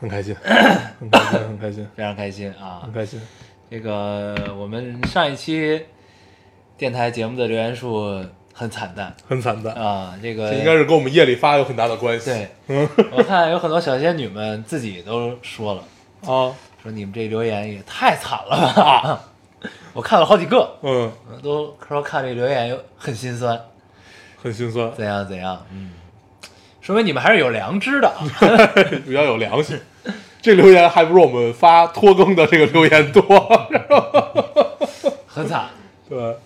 很开心， 很开心，很开心，非常开心啊很！开心。这个我们上一期电台节目的留言数很惨淡很惨淡，啊，这个这应该是嗯跟我们夜里发有很大的关系。对，我看有很多小仙女们自己都说了，啊，说你们这留言也太惨了吧！ 我看了好几个，嗯，都说看这留言有很心酸，很心酸，怎样怎样，嗯，说明你们还是有良知的啊。 比较有良心。 这留言还不如我们发拖更的这个留 言多，很惨，对，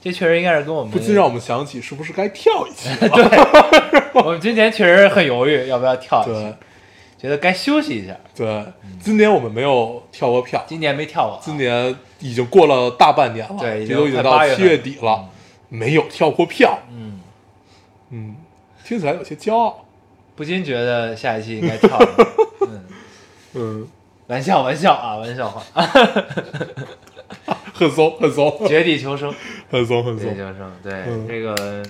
这确实应该是跟我们不禁让我们想起是不是该跳一期。 我们今年确实很犹豫要不要跳一对期，觉得该休息一下。对，今年我们没有跳过票，今年没跳过啊，今年已经过了大半年了，对已经这都已经快八到月份七月底了，没有跳过票。嗯嗯，听起来有些骄傲。不禁觉得下一期应该跳 一下。嗯，嗯，玩笑玩笑啊，玩笑话， 啊很怂，很怂， 绝地求生。很怂，很对怂。求生，对、嗯这个，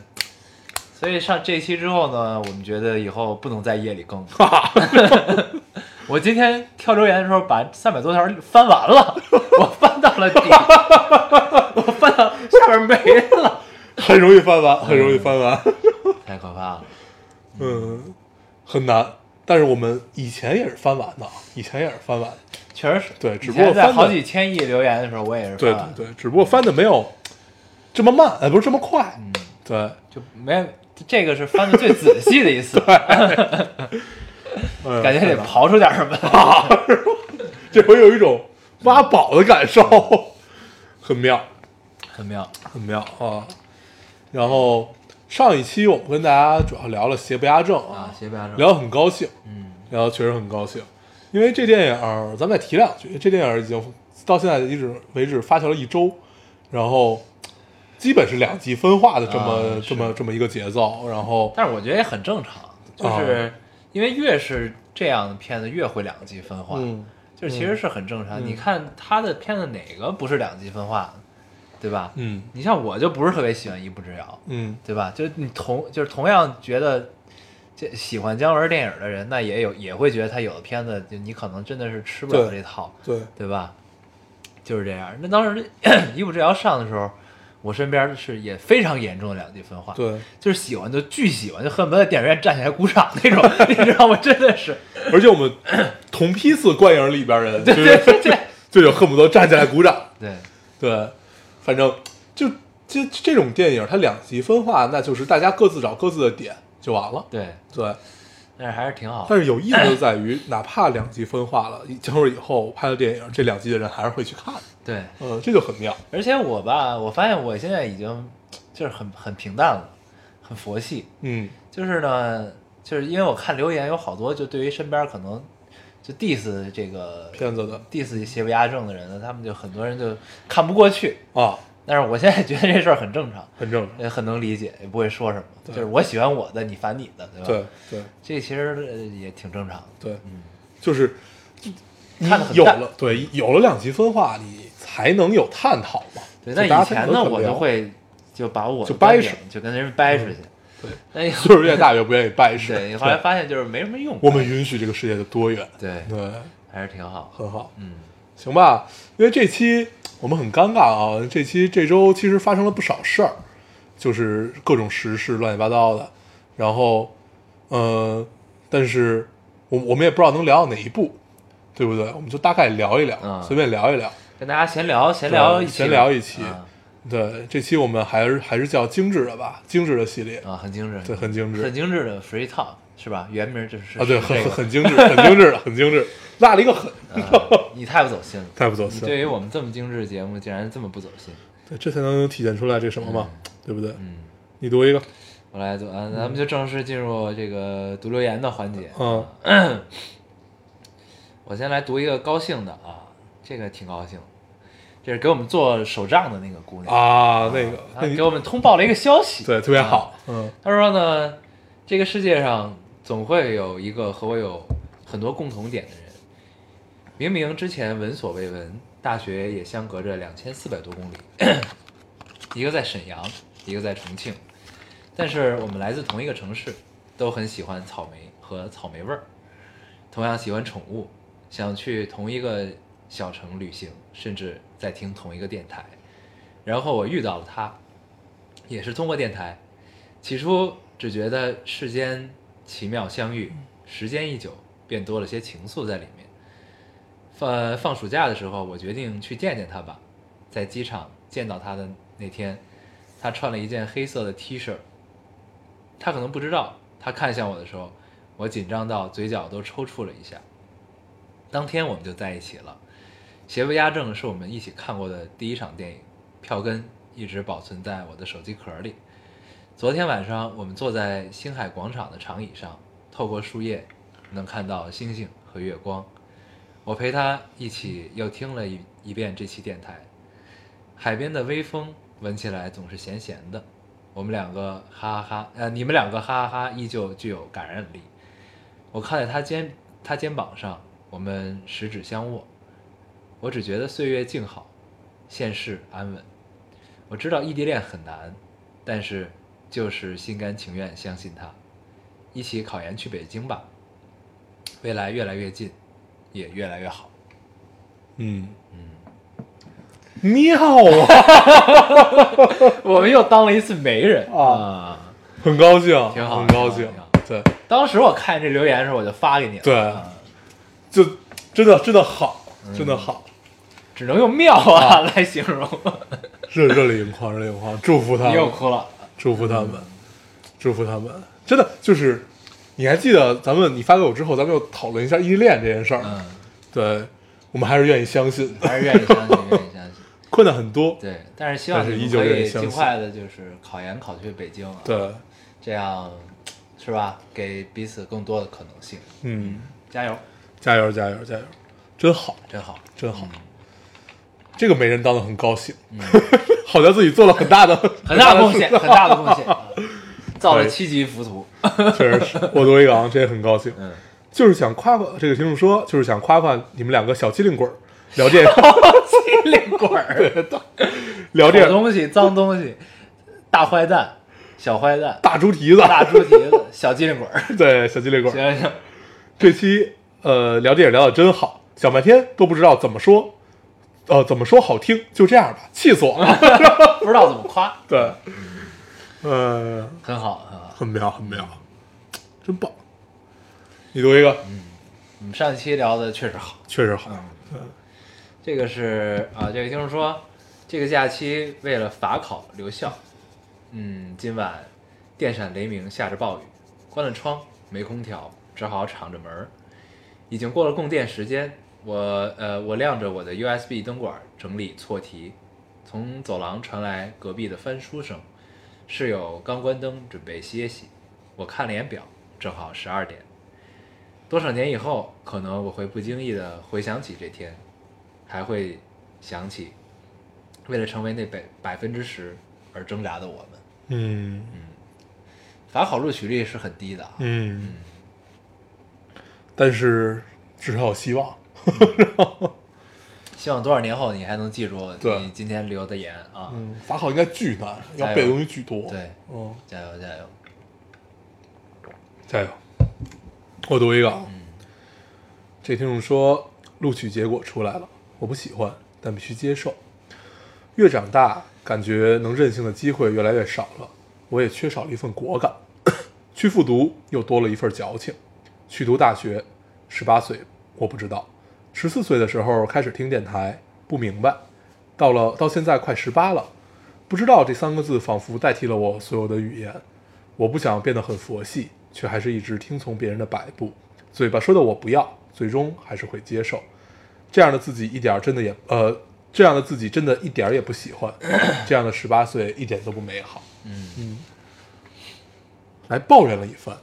所以上这期之后呢，我们觉得以后不能在夜里更了。 我今天跳留言的时候，把三百多条翻完 了，我翻到了底， 我翻到下边没了，很容易翻嗯完，很容易翻完，太可怕了。嗯，很难。但是我们以前也是翻完的，以前也是翻完，确实是，对只以不过前在翻的好几千亿留言的时候，我也是对翻对完，对，只不过翻的没有这么慢，哎，不是这么快，嗯，对，就没这个是翻的最仔细的一 次，感觉得哎刨出点什么。 这回有一种挖宝的感受，嗯很妙，很妙，很妙啊。然后上一期我们跟大家主要聊了《邪不压正》啊，斜边上，聊得很高兴，嗯，然后确实很高兴，因为这电影儿咱们再提两句，这电影儿已经到现在为止为止发酵了一周，然后基本是两极分化的这么、啊是这么这么一个节奏，然后但是我觉得也很正常，哦就是因为越是这样的片子，越会两极分化，嗯就是其实是很正常。嗯你看他的片子哪个不是两极分化的，对吧？嗯你像我就不是特别喜欢《一步之遥》，嗯对吧？就是你同就是同样觉得这喜欢姜文电影的人，那也有也会觉得他有的片子就你可能真的是吃不了对这套，对对吧？就是这样。那当时 《一步之遥》上的时候，我身边是也非常严重的两极分化，对，就是喜欢就巨喜欢，就恨不得在电影院站起来鼓掌那种， 你知道吗？真的是，而且我们同批次观影里边儿人对就是 对对对 就有恨不得站起来鼓掌，对，对，反正就这这种电影儿它两极分化，那就是大家各自找各自的点就完了，对，对。但是还是挺好的。但是有意思就在于，哪怕两极分化了，姜文以后拍的电影，这两极的人还是会去看的，对，呃，这就很妙。而且我吧，我发现我现在已经就是很很平淡了，很佛系。嗯就是呢，就是因为我看留言有好多，就对于身边可能就 diss 这个片子的 diss 邪不压正的人呢，他们就很多人就看不过去。啊，但是我现在觉得这事儿很正常，很正常。也很能理解，也不会说什么。就对是我喜欢我的，你烦你的，对吧？对对这其实呃也挺正常的。对嗯，就是你看得很有淡了对有了两极分化，你才能有探讨嘛。对，就那大以家才前能呢，很我就聊，会就把我的就掰观点就跟人掰扯去。对，那以后岁数越大越不愿意拜师。对， 后来发现就是没什么用。我们允许这个世界的多元，对对，还是挺好。很好。嗯，行吧，因为这期我们很尴尬啊，这期这周其实发生了不少事儿，就是各种时事乱七八糟的，然后，呃，但是我我们也不知道能聊到哪一步，对不对？我们就大概聊一聊，嗯随便聊一聊。跟大家闲聊，闲聊对一期，闲聊一期啊，对，这期我们还是还是叫精致的吧，精致的系列啊，啊很精致，对很精致很精致的 free talk 是吧？原名就是啊是对，很这很个很精致，很精致的， 很精致，落了一个狠，啊你太不走 心了。太不走你心。嗯对于我们这么精致的节目，竟然这么不走心。对，这才能体现出来这什么嘛，对不对？嗯，你读一个，我来读啊，咱们就正式进入这个读留言的环节。嗯我先来读一个高兴的啊，这个挺高兴。这是给我们做手账的那个姑娘，啊，那个，她那你给我们通报了一个消息，对特别啊好，嗯他说呢，这个世界上总会有一个和我有很多共同点的人，明明之前闻所未闻，大学也相隔着两千四百多公里，一个在沈阳，一个在重庆，但是我们来自同一个城市，都很喜欢草莓和草莓味儿，同样喜欢宠物，想去同一个小城旅行，甚至在听同一个电台。然后我遇到了他，也是通过电台，起初只觉得世间奇妙相遇，时间一久，便多了些情愫在里面。放放暑假的时候，我决定去见见他吧。在机场见到他的那天，他穿了一件黑色的 T 恤。他可能不知道，他看向我的时候，我紧张到嘴角都抽搐了一下。当天我们就在一起了，《邪不压正》是我们一起看过的第一场电影，票根一直保存在我的手机壳里。昨天晚上，我们坐在星海广场的长椅上，透过树叶能看到星星和月光。我陪他一起又听了一一遍这期电台。海边的微风闻起来总是咸咸的。我们两个哈哈哈，呃，你们两个哈哈哈依旧具有感染力。我靠在他肩他肩膀上，我们十指相握。我只觉得岁月静好，现世安稳。我知道异地恋很难，但是就是心甘情愿相信他。一起考研去北京吧，未来越来越近，也越来越好。嗯嗯，妙啊，我们又当了一次媒人啊！很高兴，啊挺好很高兴挺好，对当时我看这留言的时候，我就发给你了，对，就真的真的好，嗯真的好，只能用妙啊 来形容。热热泪盈眶，热泪盈眶，祝福他你嗯们又，哭了，祝福他们，祝福他们，真的就是，你还记得咱们你发给我之后，咱们又讨论一下异地恋这件事儿，嗯，对我们还是愿意相信的，还是愿意相信，愿意相信。困难很多，对， 但是希望但是你依们旧可愿意以相尽信快的，就是考研考去北京啊，对，这样是吧？给彼此更多的可能性。嗯，加油，加油加油加油，真好真好。真好，这个媒人当的很高兴， 好像自己做了很大的 很大的贡献，事很大的贡献，啊 造了对七级浮屠。 确实是我作为一个昂，这也很高兴，嗯，就是想夸夸这个听众说，就是想夸夸你们两个小机灵鬼儿聊这个 机灵鬼 儿，聊这好个东西，脏东西，大坏蛋，小坏蛋，大猪蹄子， 大猪蹄子，小机灵鬼儿。 对小机灵鬼儿，行行，这期呃聊电影聊的真好，想半天都不知道怎么说，呃怎么说好听，就这样吧，气死我 了。不知道怎么夸，对，呃，很好很好。很妙很妙，真棒。你读一个，嗯我们上一期聊的确实好。确实好，这个是啊，这个听众说，这个假期为了法考留校，嗯，今晚电闪雷鸣，下着暴雨，关了窗，没空调，只好敞着门儿。已经过了供电时间，我呃，我亮着我的 USB 灯管整理错题，从走廊传来隔壁的翻书声，室友刚关灯准备歇息，我看了眼表，正好十二点。多少年以后，可能我会不经意的回想起这天，还会想起，为了成为那百百分之十而挣扎的我们。嗯法考录取率是很低的啊，嗯，但是至少有希望。希望多少年后你还能记住对你今天留的言啊！嗯，法考应该巨难，要加油背的东西巨多。对，嗯，加油加油！加油！我读一个，啊，这听众说录取结果出来了，我不喜欢，但必须接受。越长大，感觉能任性的机会越来越少了，我也缺少了一份果敢。 去复读又多了一份矫情。去读大学，十八岁我不知道，十四岁的时候开始听电台，不明白，到了到现在快十八了，不知道这三个字仿佛代替了我所有的语言。我不想变得很佛系，却还是一直听从别人的摆布，嘴巴说的我不要，最终还是会接受。这样的自己一点儿真的也呃，这样的自己真的一点儿也不喜 欢，这样的十八岁一点都不美好。嗯来抱怨了一番，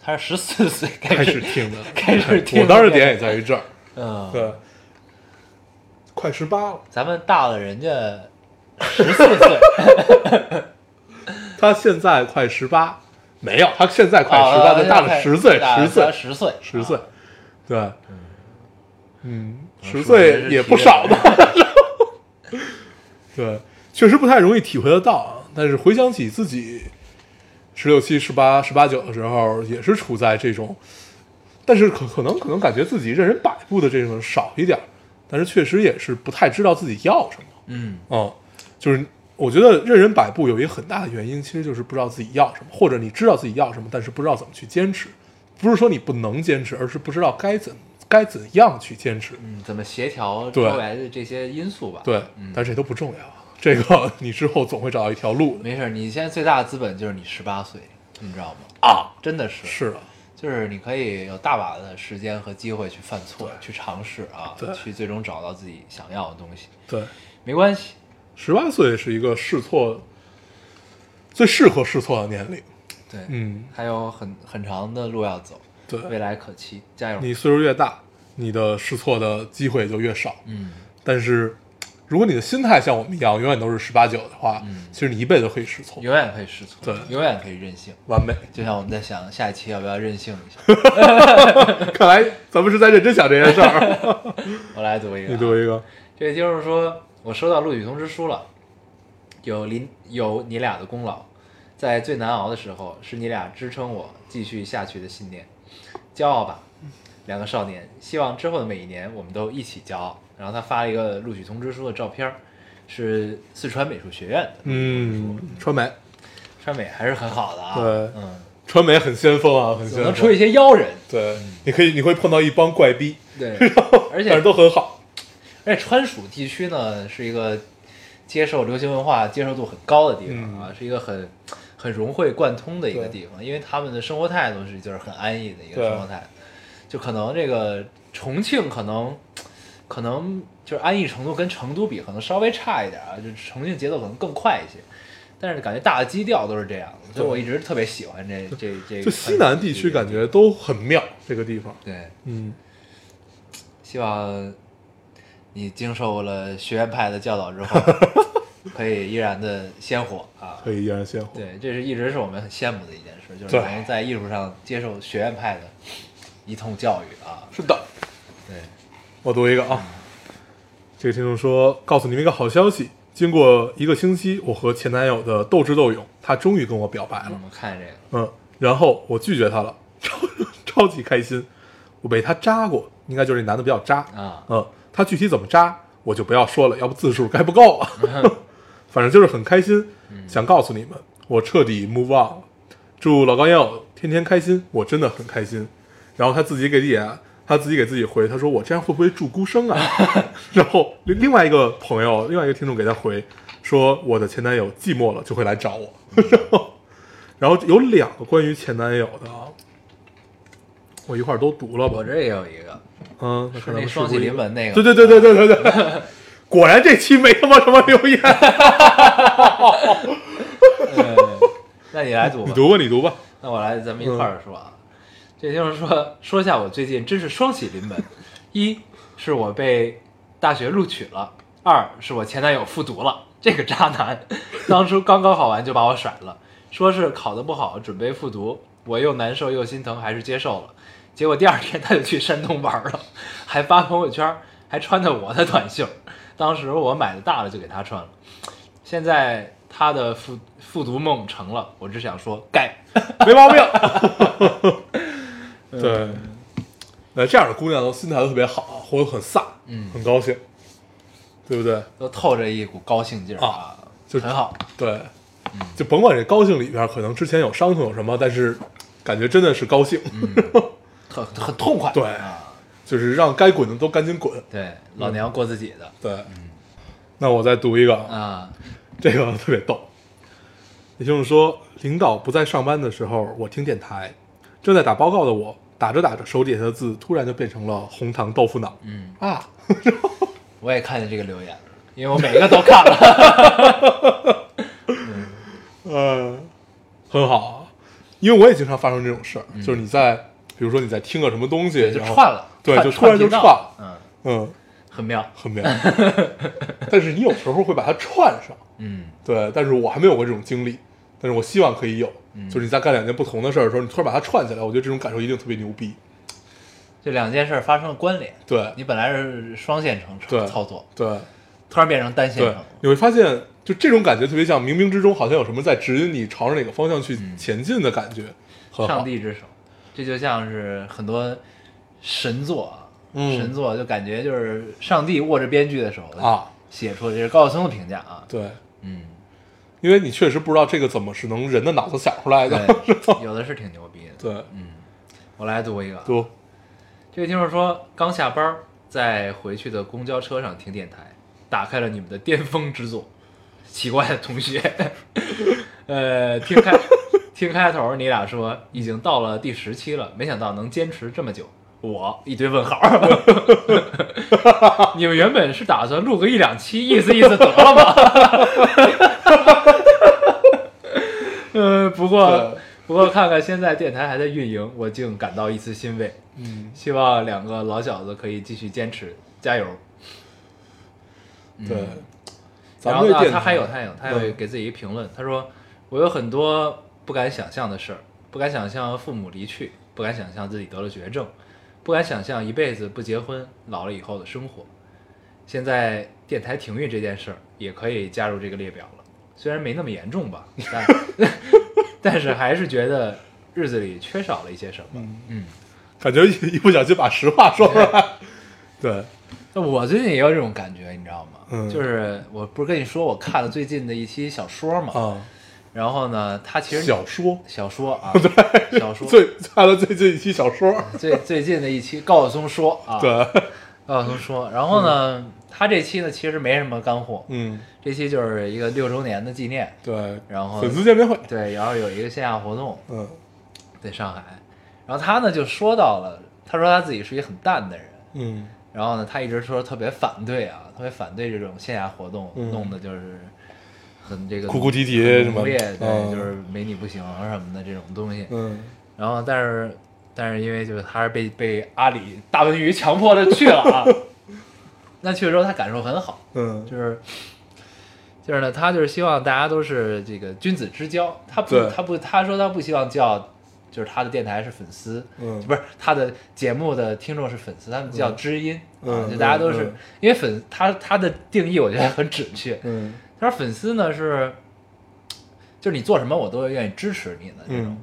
他是十四岁开开始始，听的， 开始听我当时点也在于这儿，嗯，对，快十八了，咱们大了人家十四岁，他现在快十八，没有，他现在快十啊八，哦他大了十岁，十岁，十岁，十岁啊，，对，嗯，十数岁学是也提不的少吧。 对，确实不太容易体会得到啊。但是回想起自己十六七、十八、十八九的时候，也是处在这种，但是可可能可能感觉自己任人摆布的这种少一点儿，但是确实也是不太知道自己要什么。嗯，嗯，就是我觉得任人摆布有一个很大的原因，其实就是不知道自己要什么，或者你知道自己要什么，但是不知道怎么去坚持。不是说你不能坚持，而是不知道该怎该怎样去坚持。嗯，怎么协调周对围的这些因素吧？，对，但是这都不重要，这个 你之后总会找到一条路的没事儿，你现在最大的资本就是你十八岁，你知道吗？啊。真的是，是的，就是你可以有大把的时间和机会去犯错，去尝试啊对，去最终找到自己想要的东西，对，没关系，十八岁是一个试错最适合试错的年龄。对，嗯，还有很很长的路要走，对，未来可期，加油！你岁数越大，你的试错的机会就越少。嗯，但是如果你的心态像我们一样，永远都是十八九的话，其实你一辈子都可以试错，永远可以试错，对永远可以任性。完美。 就像我们在想下一期要不要任性一下，看来咱们是在认真想这件事儿。我来读一个你啊，读一个，这就是说我收到录取通知书了，有您有你俩的功劳，在最难熬的时候，是你俩支撑我继续下去的信念，骄傲吧，两个少年，希望之后的每一年我们都一起骄傲。然后他发了一个录取通知书的照片儿，是四川美术学院的，嗯，川美，川美还是很好的啊，对嗯，川美很先锋啊，很总先能锋。出一些妖人，对，你可以，你会碰到一帮怪逼，对， 而但且是都很好。而且川蜀地区呢，是一个接受流行文化接受度很高的地方啊，是一个很很融会贯通的一个嗯对地方，因为他们的生活态度是就是很安逸的一个对生活态度，就可能这个重庆可能可能就是安逸程度跟成都比可能稍微差一点啊，就是重庆节奏可能更快一些。但是感觉大的基调都是这样的，所以我一直特别喜欢这这这个川蜀地。就西南地区感觉都很妙，这个地方。对，嗯，希望你经受了学院派的教导 之后，可以依然的鲜活啊可！以依然鲜活。对，这是一直是我们很羡慕的一件事，就是对能在艺术上接受学院派的一通教育啊。是的。对，我读一个啊，这个听众说：“告诉你们一个好消息，经过一个星期，我和前男友的斗智斗勇，他终于跟我表白我了。们看这个，嗯，然后我拒绝他了，超 超级开心。我被他扎过，应该就是那男的比较渣啊嗯，他具体怎么扎，我就不要说了，要不字数该不够啊。 反正就是很开心，嗯想告诉你们，我彻底 move on 了。祝老高烟友天天开心，我真的很开心。然后他自己给也，他自己给自己回，他说我这样会不会助孤生啊？ 然后另另外一个朋友，另外一个听众给他回说，我的前男友寂寞了就会来找我。 然后，然后有两个关于前男友的啊，我一块儿都读了吧我。这也有一个，嗯，那是看那咱们双不喜是临门那个，对对对对对对对， 果然这期没他妈什么留言。 那你来读吧 你，读吧，你读吧。那我来咱们一块儿说啊。这就是说，说一下我最近真是双喜临门，一是我被大学录取了，二是我前男友复读了，这个渣男，当初刚高考完就把我甩了，说是考得不好准备复读，我又难受又心疼，还是接受了。结果第二天他就去山东玩了，还发朋友圈，还穿着我的短袖，当时我买的大了就给他穿了。现在他的复复读梦成了，我只想说该。 没毛病。 对，那这样的姑娘都心态都特别好，活得很飒，嗯很高兴，对不对？都透着一股高兴劲儿啊，就很好。对，就甭管这高兴里边可能之前有伤痛有什么，但是感觉真的是高兴，很很痛快。对啊、就是让该滚的都赶紧滚。对，老娘过自己的对，那我再读一个啊，啊，这个特别逗。也就是说，领导不在上班的时候，我听电台，正在打报告的我，打着打着手底下的字突然就变成了红糖豆腐脑。嗯，啊，我也看见这个留言了，因为我每一个都看 了。呃，很好啊，因为我也经常发生这种事儿，就是你在，比如说你在听个什么东西，嗯就然后串了对，串就突然就串频道了，嗯，嗯，很妙。很妙。但是你有时候会把它串上，嗯对。但是我还没有过这种经历，但是我希望可以有。嗯就是你在干两件不同的事儿的时候，你突然把它串起来，我觉得这种感受一定特别牛逼。这两件事儿发生了关联。对你本来是双线程对操操作，对突然变成单线程对了。，你会发现，就这种感觉特别像冥冥之中好像有什么在指引你朝着哪个方向去嗯前进的感觉，很上好。帝之手，这就像是很多神作啊，嗯神作就感觉就是上帝握着编剧的手啊，写出的，这是高晓松的评价啊，对，嗯，因为你确实不知道这个怎么是能人的脑子想出来的。对，嗯有的是挺牛逼的。对，我来读一个啊，都这位听众说，刚下班儿，在回去的公交车上听电台，打开了你们的巅峰之作。奇怪的同学， 呃，听开听开头，你俩说已经到了第十期了，没想到能坚持这么久。我一堆问号， 你们原本是打算录个一两期，意思意思得了吗？ 呃，不过对不过看看现在电台还在运营，我竟感到一丝欣慰。嗯，希望两个老小子可以继续坚持，加油！对。嗯咱然们后这呢，电他还有台嗯他有他有给自己一评论，他说：“我有很多不敢想象的事儿，不敢想象父母离去，不敢想象自己得了绝症，不敢想象一辈子不结婚，老了以后的生活。现在电台停运这件事儿也可以加入这个列表了，虽然没那么严重 吧，但 但是还是觉得日子里缺少了一些什么。嗯，感觉一一不小心把实话说出来。对，那我最近也有这种感觉，你知道吗？嗯就是我不是跟你说我看了最近的一期小说嘛，啊，然后呢，它其实小说小说 啊，小说最看了最近一期小说，最最近的一期高晓松说啊，对，高晓松说，然后呢，他这期呢其实没什么干货，嗯，这期就是一个六周年的纪念，对，然后粉丝见面会，对，然后有一个线下活动嗯在上海，然后他呢就说到了，他说他自己是一个很淡的人，嗯然后呢，他一直说特别反对啊，特别反对这种线下活动，嗯弄的就是很这个哭哭啼啼很什么浓烈的对，嗯就是没你不行什么的这种东西。嗯，然后，但是但是因为就是他是被被阿里大文娱强迫的去了 啊，那去了之后他感受很好，嗯，就是就是呢，他就是希望大家都是这个君子之交，他不对他不他说他不希望叫。就是他的电台是粉丝，嗯不是他的节目的听众是粉丝，他们叫知音，嗯啊，就嗯大家都是、嗯因为粉他他的定义我觉得很准确，嗯他说粉丝呢是，就是你做什么我都愿意支持你的这种，嗯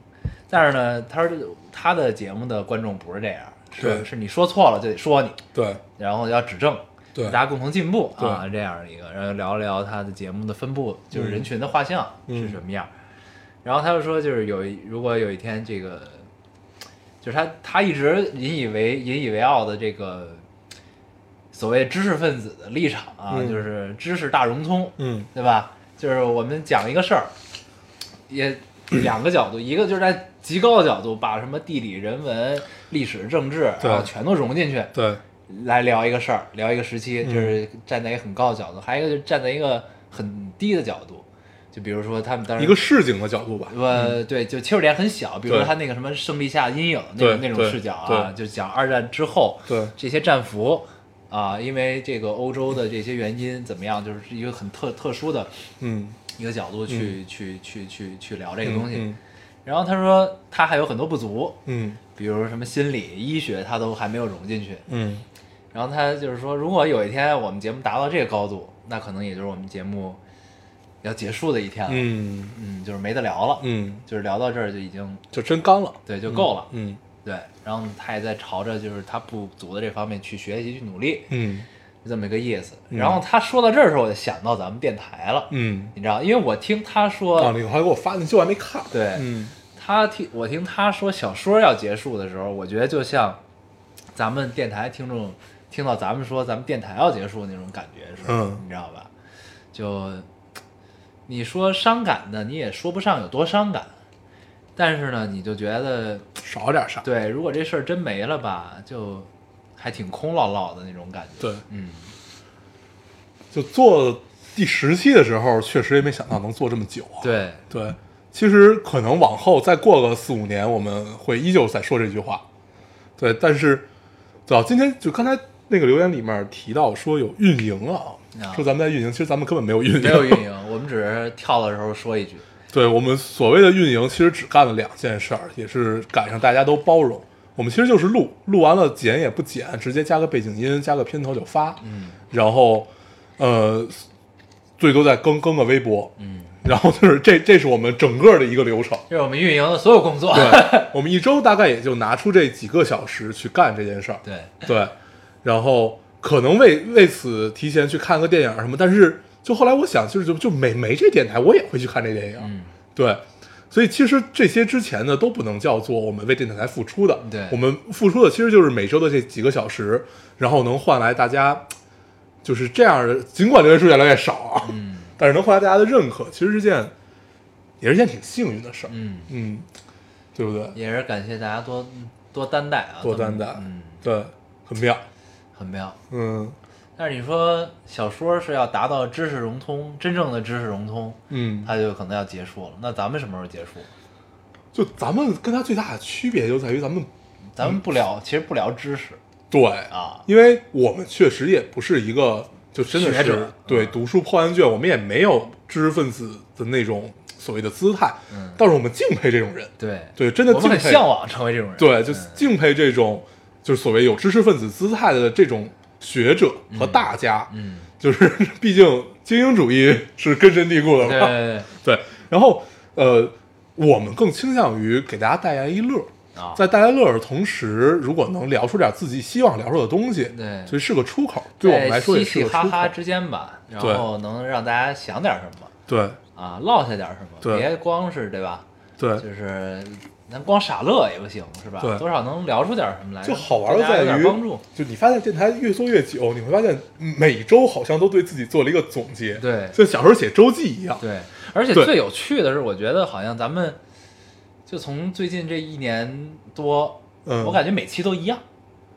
但是呢，他说他的节目的观众不是这样，是对是你说错了就得说你，对然后要指正，对大家共同进步啊，这样一个，然后聊一聊他的节目的分布，就是人群的画像嗯是什么样。然后他就说，就是有一如果有一天这个，就是他他一直引以为引以为傲的这个所谓知识分子的立场啊，嗯就是知识大融通，嗯对吧？就是我们讲一个事儿， 也两个角度，一个就是在极高的角度，把什么地理、人文、历史、政治，对然后全都融进去，对来聊一个事儿，聊一个时期，嗯就是站在一个很高的角度，还有一个就是站在一个很低的角度，就比如说他们当时一个市井的角度吧，呃，对，就切入点很小，比如说对他那个什么胜利下阴影那种对那种对视角啊，就讲二战之后对这些战俘啊，因为这个欧洲的这些原因怎么样，就是一个很特特殊的嗯，一个角度去、去去去去聊这个东西。嗯然后他说他还有很多不足，嗯比如什么心理、医学，他都还没有融进去。嗯然后他就是说，如果有一天我们节目达到这个高度，那可能也就是我们节目要结束的一天了。嗯嗯就是没得聊了，嗯，就是聊到这儿就已经就真干了，对就够了。嗯对，然后他也在朝着就是他不足的这方面去学习、去努力，嗯就这么一个意思。然后他说到这儿的时候，我就想到咱们电台了，嗯，你知道，因为我听他说，啊，你还给我发，那期我还没看，对、嗯他听我听他说小说要结束的时候，我觉得就像咱们电台听众听到咱们说咱们电台要结束那种感觉是，嗯你知道吧？就你说伤感的，你也说不上有多伤感，但是呢，你就觉得少点啥，对，如果这事儿真没了吧，就还挺空落落的那种感觉。对，嗯，就做第十期的时候，确实也没想到能做这么久啊， 对，对，其实可能往后再过个四五年，我们会依旧在说这句话。对，但是，对啊，今天就刚才那个留言里面提到说有运营啊啊，说咱们在运营，其实咱们根本没有运营，没有运营，我们只是跳的时候说一句，对我们所谓的运营，其实只干了两件事儿，也是赶上大家都包容。我们其实就是录，录完了剪也不剪，直接加个背景音，加个片头就发。嗯，然后，呃，最多再更更个微博。嗯，然后就是这，这是我们整个的一个流程。这是我们运营的所有工 作。对，我们一周大概也就拿出这几个小时去干这件事儿。对对，然后可能为为此提前去看个电影儿什么，但是就后来我想，就是就就没没这电台，我也会去看这电影。嗯，对，所以其实这些之前的都不能叫做我们为电台付出的。对我们付出的其实就是每周的这几个小时，然后能换来大家就是这样的，尽管留言数越来越少啊，嗯但是能换来大家的认可，其实是件也是件挺幸运的事儿。嗯，嗯，对不对？也是感谢大家多多担待啊，多担待嗯，对，很妙。很妙。嗯但是你说小说是要达到知识融通，真正的知识融通，嗯，它就可能要结束了。那咱们什么时候结束？就咱们跟他最大的区别就在于咱们咱们不聊，其实不聊知识对啊，因为我们确实也不是一个就真的学是者嗯对读书破万卷，我们也没有知识分子的那种所谓的姿态，嗯但是我们敬佩这种人，对对，真的我敬们佩，很向往成为这种人。对，就敬佩这种就是所谓有知识分子姿态的这种学者和大家，嗯，就是毕竟精英主义是根深蒂固的对对嘛，对对，然后呃，我们更倾向于给大家带来一乐，对啊，在带来乐儿的同时，如果能聊出点自己希望聊出的东西，对所以是个出口，对我们来说也在是嘻个嘻出哈口。哈之间吧，然对后能让大家想点什么对啊，落下点什么，对别光是对吧？对，就是咱光傻乐也不行，是吧？对多少能聊出点什么来，就好玩儿对的大家有在点于帮助。，就你发现电台越做越久，你会发现嗯每周好像都对自己做了一个总结，对就小时候写周记一样。对，而且对最有趣的是，我觉得好像咱们就从最近这一年多，嗯我感觉每期都一样，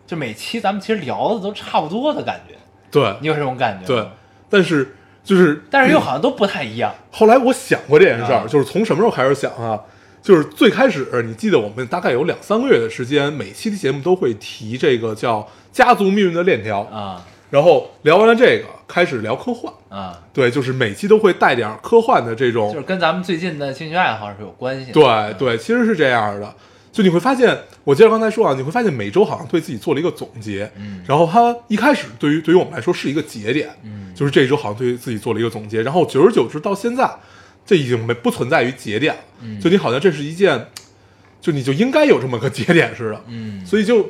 就每期咱们其实聊的都差不多的感觉。对你有这种感觉？对，，但是就是，但是又嗯好像都不太一样。后来我想过这件事啊儿，就是从什么时候开始想啊？就是最开始，你记得我们大概有两三个月的时间，每期的节目都会提这个叫家族命运的链条，啊然后聊完了这个，开始聊科幻。啊，对，就是每期都会带点儿科幻的这就是种，跟咱们最近的兴趣爱好是有关系的。对对，其实是这样的。就你会发现，我接着刚才说啊，你会发现每周好像对自己做了一个总结，嗯然后它一开始对于对于我们来说是一个节点，嗯就是这一周好像对自己做了一个总结，然后久而久之到现在，这已经没不存在于节点了，嗯就你好像这是一件，就你就应该有这么个节点似的，嗯所以就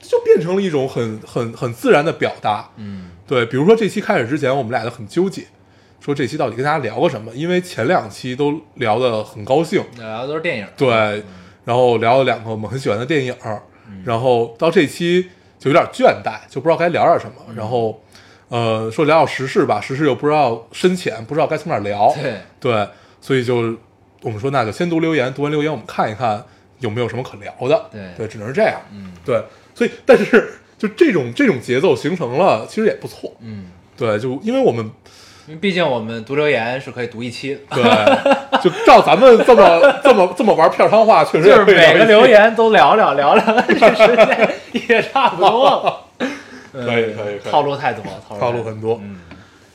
就变成了一种很很很自然的表达，嗯对，比如说这期开始之前，我们俩都很纠结，说这期到底跟大家聊个什么，因为前两期都聊得很高兴，聊的都是电影。对，然后聊了两个我们很喜欢的电影儿，嗯然后到这期就有点倦怠，就不知道该聊点什嗯么，然后呃说聊聊时事吧，时事又不知道深浅，不知道该从哪儿聊，对对，所以就我们说那就先读留言，读完留言我们看一看有没有什么可聊的，对对，只能是这样，嗯对，所以但是就这种这种节奏形成了，其实也不错，嗯，对，就因为我们因为毕竟我们读留言是可以读一期的。对，就照咱们这么这么这么玩片汤话，确实 就是也每会个聊留一期，言都聊聊聊 聊，这时间也差不多了。嗯可以可以可以套路太多，套路套套路很多，嗯，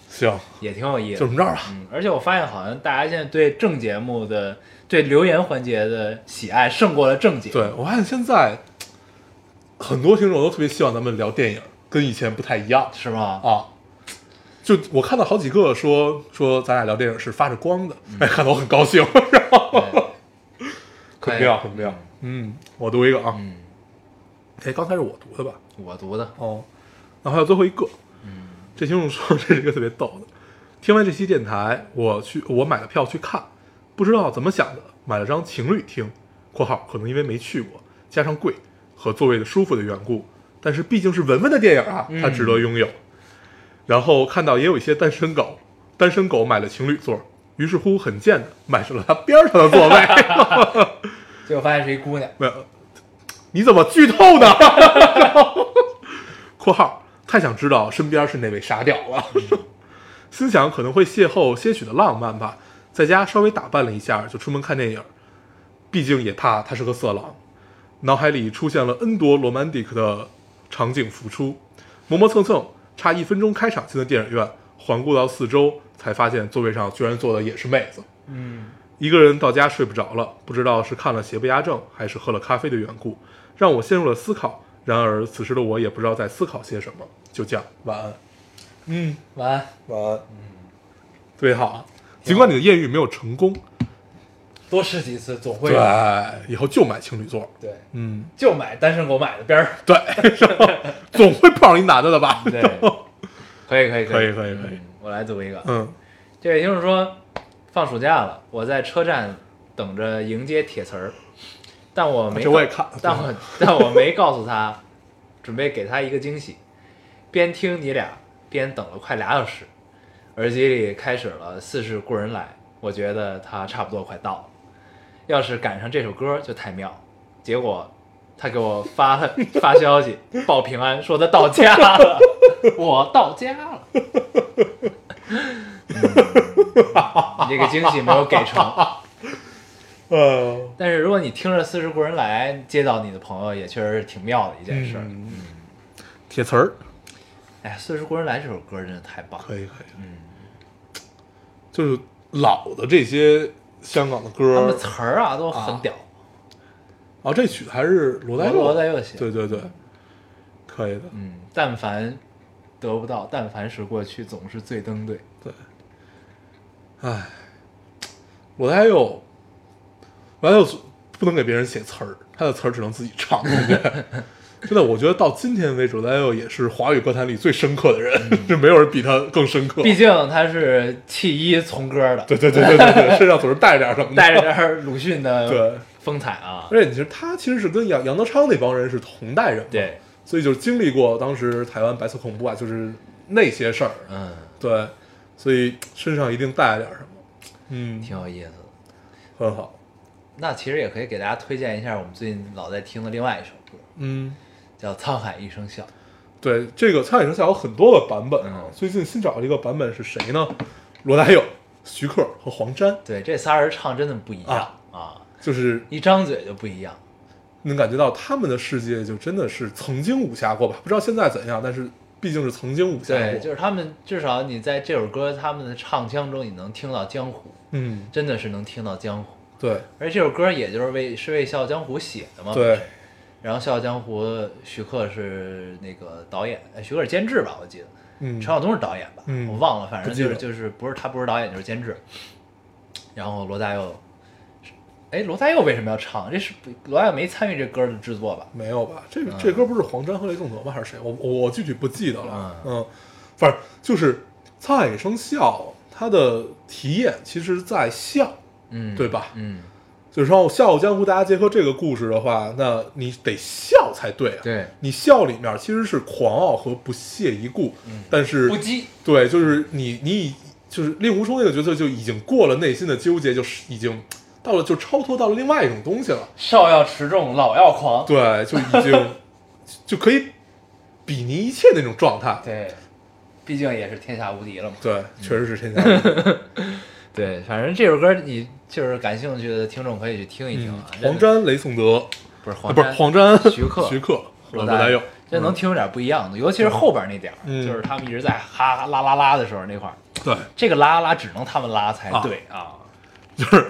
行，也挺有意就思的。这么着吧，嗯，而且我发现好像大家现在对正节目的对留言环节的喜爱胜过了正节目。对我发现现在很多听众都特别希望咱们聊电影，跟以前不太一样是吗？啊。就我看到好几个说说咱俩聊电影是发着光的，嗯 哎，看得我很高兴，然后对很哎妙很妙。嗯，我读一个啊，嗯，哎，刚才是我读的吧？我读的，哦，然后还有最后一个，这听众说这是一个特别逗的。听完这期电台，我去我买了票去看，不知道怎么想的，买了张情侣厅（括号可能因为没去过，加上贵和座位的舒服的缘故），但是毕竟是文文的电影啊，它值得拥有。然后看到也有一些单身狗，单身狗买了情侣座，于是乎很贱的买上了他边儿上的座位。 结果发现是一姑娘。没有，你怎么剧透呢？ （括号太想知道身边是哪位傻屌了，心想可能会邂逅些许的浪漫吧，在家稍微打扮了一下就出门看电影，毕竟也怕他是个色狼。脑海里出现了 N 多罗曼蒂克的场景浮出，磨磨蹭蹭，差一分钟开场进的电影院，环顾到四周，才发现座位上居然坐的也是妹子。嗯，一个人到家睡不着了，不知道是看了《邪不压正》还是喝了咖啡的缘故，让我陷入了思考。然而此时的我也不知道在思考些什么，就这样，晚安。嗯，晚安。晚安。嗯，特别好。啊尽管你的艳遇没有成功，多试几次总会对有。，以后就买情侣座。对，嗯，就买单身狗买的边 儿。对，然后总会碰上一男的的吧？对， 可以可以可以以可以可以嗯。我来读一个。嗯这位听众说，放暑假了，我在车站等着迎接铁词儿，但我没啊这我也看了但我 但我没告诉他，准备给他一个惊喜。边听你俩边等了快俩小时，耳机里开始了《似是故人来》，我觉得他差不多快到了。要是赶上这首歌就太妙了。结果他给我发了发消息报平安，说他到家 了，我到家了。嗯这个惊喜没有给成，呃，但是如果你听着《四十故人来》接到你的朋友，也确实是挺妙的一件事儿。嗯铁词儿哎，《四十故人来》这首歌真的太棒了，可以可以。嗯，就是老的这些香港的他们歌的，词儿啊都很屌。哦，这曲子还是罗大佑罗大佑写的对对对，可以的。嗯，但凡得不到，但凡是过去，总是最登对。唉，罗大佑，罗大佑不能给别人写词儿，他的词儿只能自己唱。 真的，我觉得到今天为止，罗大佑也是华语歌坛里最深刻的人，嗯 就没有人比他更深刻。毕竟他是弃医从歌的，对对对对对对，身上总是带着点什么的。带着点儿鲁迅的 对风采啊。而且你其实他其实是跟杨杨德昌那帮人是同代人嘛，对，所以就是经历过当时台湾白色恐怖啊，就是那些事儿，嗯，对，所以身上一定带着点什么，嗯，挺有意思的。很好，那其实也可以给大家推荐一下我们最近老在听的另外一首歌，嗯，叫《沧海一声笑》。对，这个《沧海一声笑》有很多个版本啊嗯，最近新找的一个版本是谁呢？罗大佑、徐克和黄沾，对，这仨人唱真的不一样啊，就是一张嘴就不一样。能感觉到他们的世界就真的是曾经武侠过吧，不知道现在怎样，但是毕竟是曾经武侠对，过，就是他们，至少你在这首歌他们的唱腔中，你能听到江湖，嗯，真的是能听到江湖。对而这首歌也就是为是为《笑傲江湖》写的嘛。对。然后《笑傲江湖》，徐克是那个导演，哎徐克是监制吧？我记得。嗯，陈晓东是导演吧？嗯我忘了，反正就不是记得就是不是他不是导演就是监制。然后罗大佑，哎，罗大佑为什么要唱？这是罗大佑没参与这歌的制作吧？没有吧？嗯这这歌不是黄沾和雷颂德吗？还是谁？我我我具体不记得了。嗯，反正就是“沧海一声笑”，它的题眼其实在笑，嗯，对吧嗯，就是说《笑傲江湖》，大家结合这个故事的话，那你得笑才对啊。对你笑里面其实是狂傲和不屑一顾，但是嗯不羁，对，就是你你已就是令狐冲那个角色就已经过了内心的纠结，就是已经到了就超脱到了另外一种东西了。少要持重，老要狂。对，就已经 就可以比拟一切那种状态。对，啊毕竟也是天下无敌了嘛。对，确实是天下无敌。对，反正这首歌你就是感兴趣的听众可以去听一听嗯啊。黄沾、雷颂德，不是啊黄不是沾黄沾、徐克徐克、罗罗大佑，这能听出点不一样的，尤其是后边那点儿，嗯就是他们一直在哈哈啦啦啦的时候那块儿，对，这个啦啦啦只能他们拉才啊对啊就是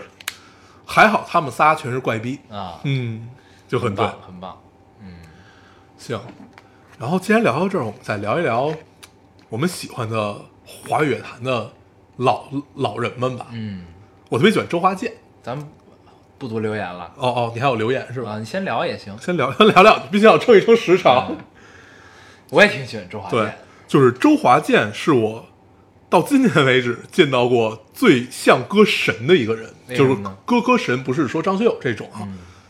还好他们仨全是怪逼，啊，嗯，就很对棒，。很棒。行，然后既然聊到这儿，我们再聊一聊我们喜欢的华语乐坛的老老人们吧。嗯，我特别喜欢周华健。咱们不读留言了哦哦，你还有留言是吧？啊，你先聊也行。先聊聊聊，必须要撑一撑时长。嗯我也挺喜欢周华健对的，，就是周华健是我到今天为止见到过最像歌神的一个人，为什就么是呢嗯歌歌神，不是说张学友这种啊，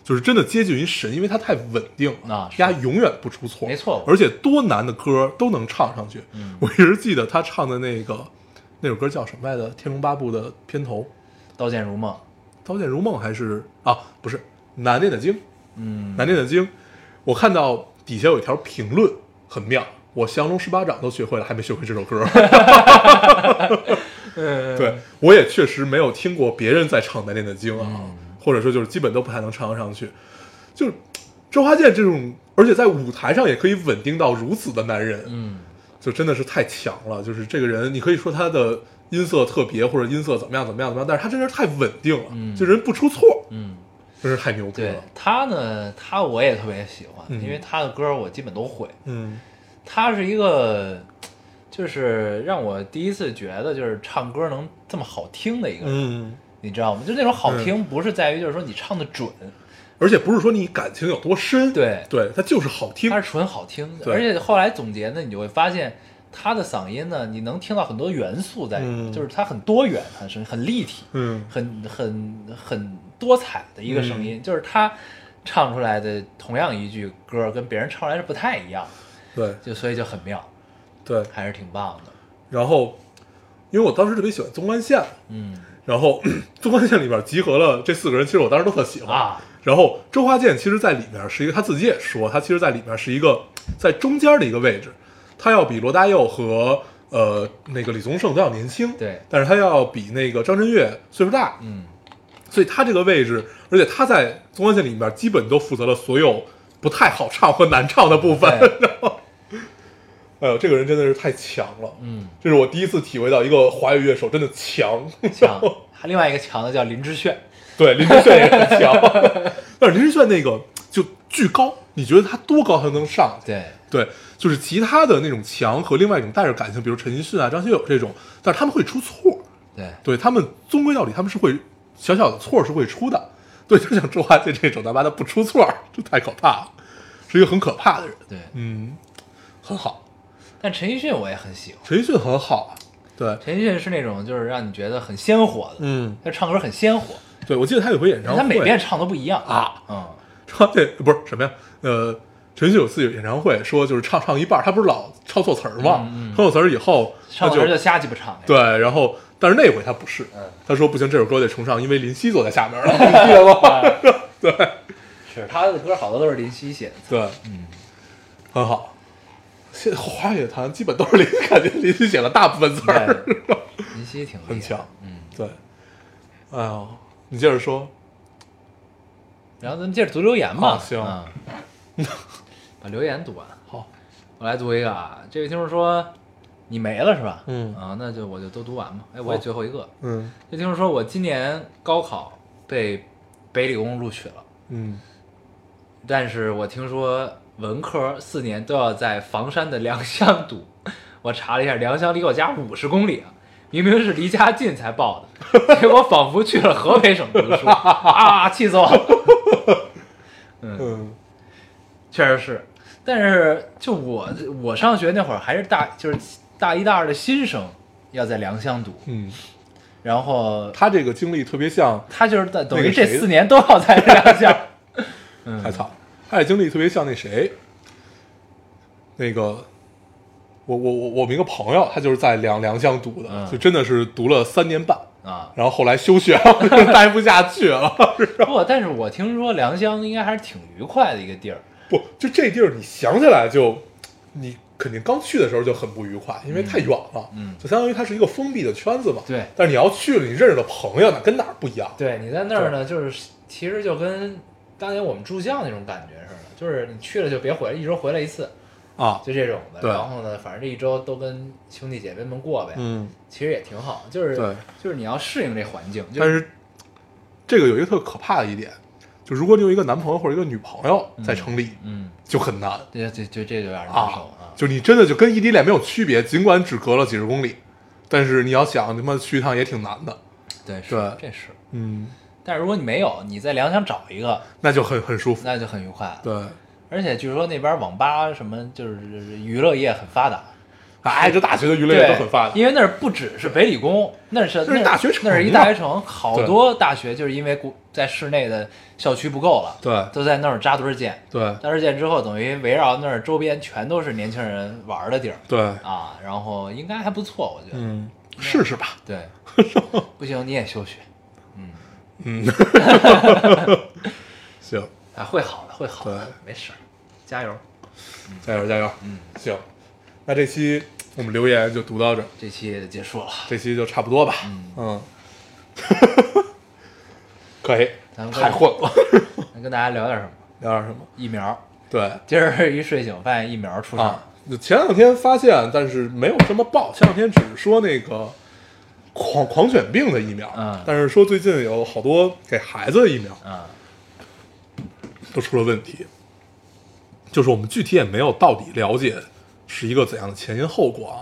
就是真的接近于神，因为他太稳定了，啊是他永远不出错，没错误而且多难的歌都能唱上去。我一直记得他唱的那个那首歌叫什么来着，《天龙八部》的片头， 《刀剑如梦》 《刀剑如梦》还是啊，不是《难念的经》，嗯，难念的经，我看到底下有一条评论很妙，我降龙十八掌都学会了，还没学会这首歌。对我也确实没有听嗯过别人在唱难念的经啊，或者说就是基本都不太能唱得上去。就是周华健这种，而且在舞台上也可以稳定到如此的男人，嗯，就真的是太强了。就是这个人，你可以说他的音色特别，或者音色怎么样怎么样怎么样，但是他这人太稳定了，嗯就人不出错，嗯，真是太牛逼对了。他呢，他我也特别喜欢，嗯因为他的歌我基本都会。嗯他是一个，就是让我第一次觉得就是唱歌能这么好听的一个人，嗯，你知道吗？就那种好听不是在于就是说你唱的准，而且不是说你感情有多深，对对，他就是好听它，是纯好听的。对而且后来总结呢，你就会发现他的嗓音呢，你能听到很多元素在里面，嗯就是它很多元，很是很立体。嗯很很很多彩的一个声音，就是他唱出来的同样一句歌跟别人唱出来是不太一样的，对就所以就很妙，对。还是挺棒的。然后，因为我当时特别喜欢纵贯线，嗯然后 纵贯线里边集合了这四个人，其实我当时都特喜欢啊，然后周华健其实在里面是一个，他自己也说，他其实在里面是一个在中间的一个位置，他要比罗大佑和呃那个李宗盛都要年轻，对但是他要比那个张震岳岁数大，嗯，所以他这个位置，而且他在纵贯线里面基本都负责了所有不太好唱和难唱的部分，对然后， 哎呦，这个人真的是太强了，嗯，这是我第一次体会到一个华语乐手真的强，强。还另外一个强的叫林志炫，对，林志炫也很 强，但是林志炫那个就巨高，你觉得他多高才能上去？对，对，就是其他的那种强和另外一种带着感情，比如陈奕迅啊、张学友这种，但是他们会出错，对，对他们终归到底他们是会小小的错是会出的，对，就像周华健这种，他妈的不出错，这太可怕了，是一个很可怕的人，对。嗯，很好，但陈奕迅我也很喜欢，陈奕迅很好啊，对，陈奕迅是那种就是让你觉得很鲜活的，嗯，他唱歌很鲜活，对我记得他有回演唱会，他每遍唱都不一样啊，嗯，说对，不是什么呀？呃，陈奕迅有自己的演唱会，说就是唱唱一半儿，他不是老唱错词儿吗？唱错词儿以后，他唱嗯就歌就瞎鸡巴唱，，对，然后但是那回他不是，嗯他说不行，这首歌得重唱，因为林夕坐在下面了， 你记得吗？啊 对是他的歌好多都是林夕写的，对，嗯，很好。现在华语乐坛基本都是林， 感觉林夕写了大部分词儿， 林夕挺厉害很强嗯。对，哎呦，你接着说，然后咱们接着读留言吧。好行啊把留言读完。好，我来读一个啊，这位听众说你没了是吧？嗯啊，那就我就都读完吧。哎，我也好最后一个。嗯这听众说我今年高考被北理工录取了，嗯，但是我听说文科四年都要在房山的良乡读， 我查了一下，良乡离我家五十公里啊。明明是离家近才报的， 结果仿佛去了河北省读书啊！气死我了。嗯确实是，但是就我我上学那会儿还是大就是大一大二的新生，要在良乡读，嗯，然后他这个经历特别像他就是在等那于个谁这四年都要在良乡， 太惨了。他这经历特别像那谁，那个我我我我们一个朋友，他就是在两良乡读的，嗯就真的是读了三年半，啊。然后后来休学了，就 待不下去了。 不过，但是我听说良乡应该还是挺愉快的一个地儿，不，就这地儿，你想起来就你肯定刚去的时候就很不愉快，因为太远了，嗯就相当于它是一个封闭的圈子嘛。对但是你要去了，你认识的朋友，那跟哪儿不一样？对，你在那儿呢，就是其实就跟当年我们住校那种感觉似的，就是你去了就别回来，一周回来一次，啊，就这种的。对然后呢，反正这一周都跟兄弟姐妹们过呗，嗯，其实也挺好。就是对就是你要适应这环境，就但是这个有一个特可怕的一点，就如果你有一个男朋友或者一个女朋友在城里，嗯，就很难。这这这这有点难受啊，就你真的就跟异地恋没有区别，尽管只隔了几十公里，但是你要想他妈去一趟也挺难的，对，是对这是。嗯，但是如果你没有，你在良乡找一个，那就很很舒服，那就很愉快了。对，而且据说那边网吧什么就是娱乐业很发达，哎，这大学的娱乐对，业都很发达，因为那儿不只是北理工，那是那是大学城啊那是一嘛大学城，好多大学就是因为古在市内的校区不够了，对都在那儿扎堆儿建。对扎堆儿建之后，等于围绕那儿周边全都是年轻人玩儿的地儿对，啊，然后应该还不错，我觉得。嗯，试试吧， 对，不行你也休学，嗯，行，啊，会好的，会好的对，没事儿，加油。加油加油，嗯，行，那这期我们留言就读到这儿，这期也结束了， 这期就差不多吧，嗯，可以咱，们 太混了，能跟大家聊点什么？聊点什么？疫苗，对今儿一睡醒发现疫苗出啊场，，就前两天发现，但是没有这么爆。前两天只是说那个狂狂犬病的疫苗，嗯但是说最近有好多给孩子的疫苗啊都出了问题，就是我们具体也没有到底了解是一个怎样的前因后果啊。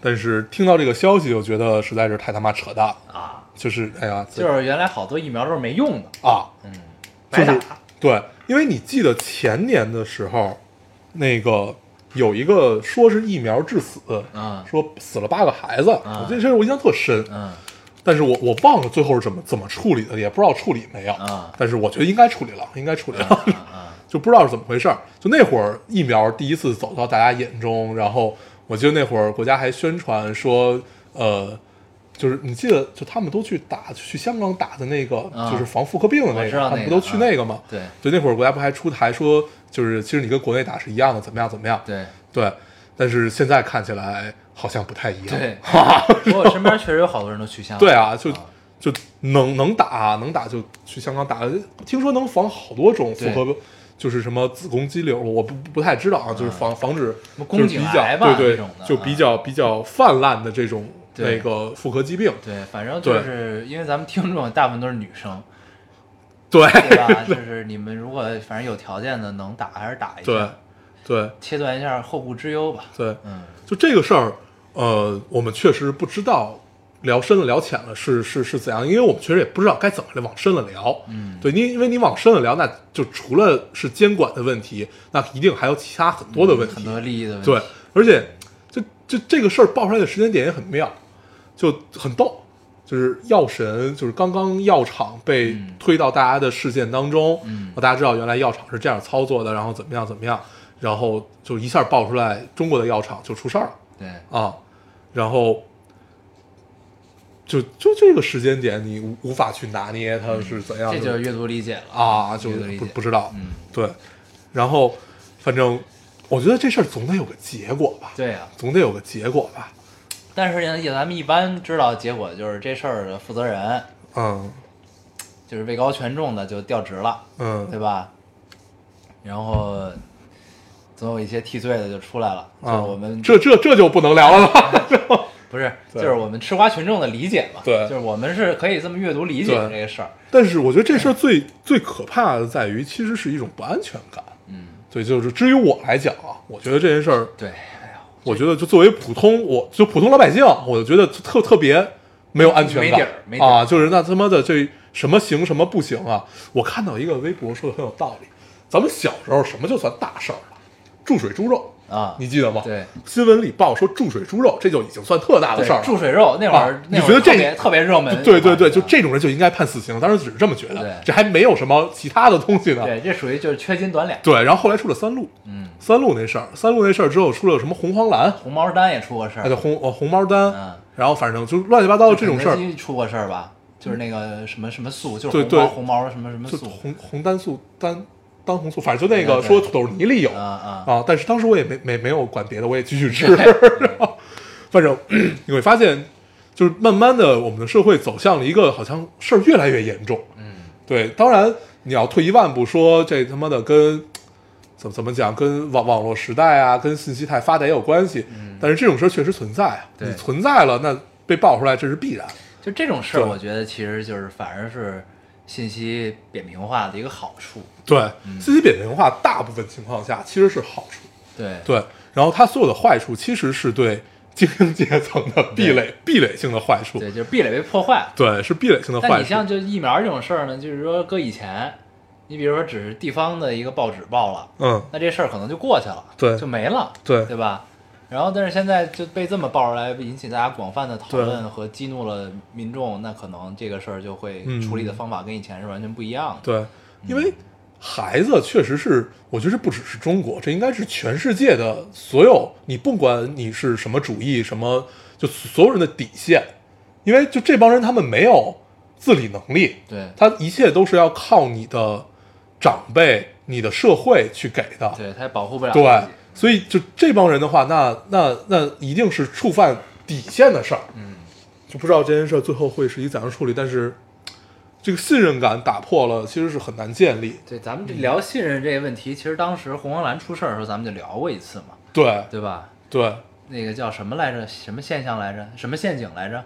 但是听到这个消息，就觉得实在是太他妈扯淡了。啊，就是哎呀，就是原来好多疫苗都是没用的，啊，白就打是对，因为你记得前年的时候，那个有一个说是疫苗致死，嗯说死了八个孩子，嗯我这事儿我印象特深，嗯但是我我忘了最后是怎么怎么处理的，也不知道处理没有，嗯但是我觉得应该处理了，应该处理了，啊 就不知道是怎么回事儿。就那会儿疫苗第一次走到大家眼中，然后我记得那会儿国家还宣传说，呃。就是你记得，就他们都去打去香港打的那个，嗯就是防妇科病的我 那知个，道他那们个不都去嗯那个吗？对就那会儿国家不还出台说，就是其实你跟国内打是一样的，怎么样怎么样？对。对，但是现在看起来好像不太一样。 对，我身边确实有好多人都去香港。对啊，就就能能打能打就去香港打，听说能防好多种妇对科，就是什么子宫肌瘤，我不不太知道啊，就是防防止嗯么宫就是颈比癌较吧对这种的嗯对，就比较比较泛滥的这种对那个妇科疾病。对，反正就是因为咱们听众大部分都是女 生，对对吧？就是你们如果反正有条件的，能打还是打一下，对对切断一下后顾之忧吧。对，嗯，就这个事儿，呃，我们确实不知道聊深了聊浅了是是是怎样，因为我们确实也不知道该怎么来往深了聊。嗯，对，你因为你往深了聊，那就除了是监管的问题，那一定还有其他很多的问题。嗯很多利益的问题。对，而且就就这个事儿爆出来的时间点也很妙，就很逗。就是药神，就是刚刚药厂被嗯推到大家的视线当中，嗯大家知道原来药厂是这样操作的，然后怎么样怎么样，然后就一下爆出来中国的药厂就出事儿了，对啊，然后就就这个时间点，你无无法去拿捏它是怎样的，嗯这就是阅读理解了啊，就阅读理不解不知道，嗯，对，然后反正我觉得这事儿总得有个结果吧，对啊。总得有个结果吧，但是呢，也咱们一般知道结果就是这事儿的负责人嗯就是位高权重的就调职了，对嗯吧？然后总有一些替罪的就出来了，就是啊，我们这这这就不能聊了吧？ 不是，就对是我们吃瓜群众的理解嘛。对就是我们是可以这么阅读理解对这个事儿。但是我觉得这事儿最最可怕的在于，其实是一种不安全感。嗯，对，就是至于我来讲啊，我觉得这件事儿，对，哎呀，我觉得就作为普通，我就普通老百姓，啊我就觉得特特别没有安全感，没底儿没底儿啊，就是那他妈的这什么行什么不行啊！我看到一个微博说的很有道理，咱们小时候什么就算大事儿了，注水猪肉啊你记得吗？对，新闻里报说注水猪肉，这就已经算特大的对事儿了。注水肉那会儿，啊那会你觉儿得这特别特别热门？对对对，就啊。这种人就应该判死刑，当时只是这么觉对得，这还没有什么其他的东西呢。对，这属于就是缺斤短两。对，然后后来出了三鹿，嗯，三鹿那事儿，三鹿那事儿之后出了什么红黄蓝，红毛丹也出过事哎，儿对，，红呃红毛丹，嗯然后反正就乱七八糟的这种事儿肯，德基出过事儿吧？就是那个什么什么素，就是对红毛红毛对什么什么就素红红单素单单红素，反正就那个对对说土豆泥里有啊啊啊，但是当时我也没没没有管别的，我也继续吃， 反正 你会发现，就是慢慢的我们的社会走向了一个好像事儿越来越严重，嗯，对，当然你要退一万步说，这他妈的跟怎么怎么讲，跟网网络时代啊，跟信息太发达也有关系，但是这种事儿确实存在啊，对你存在了，那被爆出来这是必然，就这种事儿，对我觉得其实就是反而是信息扁平化的一个好处。对，嗯信息扁平化大部分情况下其实是好处，对对，然后它所有的坏处其实是对精英阶层的壁垒壁垒性的坏处，对，就是壁垒被破坏了。对，是壁垒性的但坏你处。像就疫苗这种事儿呢，就是说搁以前，你比如说只是地方的一个报纸报了，嗯，那这事儿可能就过去了，对就没了，对对吧？然后但是现在就被这么爆出来，引起大家广泛的讨论对和激怒了民众，那可能这个事儿就会嗯处理的方法跟以前是完全不一样的。对，因为孩子确实是，我觉得这不只是中国，这应该是全世界的所有，你不管你是什么主义，什么就所有人的底线，因为就这帮人他们没有自理能力，对他一切都是要靠你的长辈、你的社会去给的。对，他也保护不了对自己，所以就这帮人的话，那那那一定是触犯底线的事儿。嗯，就不知道这件事儿最后会是以怎样处理，但是这个信任感打破了，其实是很难建立。对，咱们这聊信任这个问题，其实当时红黄蓝出事儿的时候，咱们就聊过一次嘛，对对吧？对，那个叫什么来着？什么现象来着？什么陷阱来着？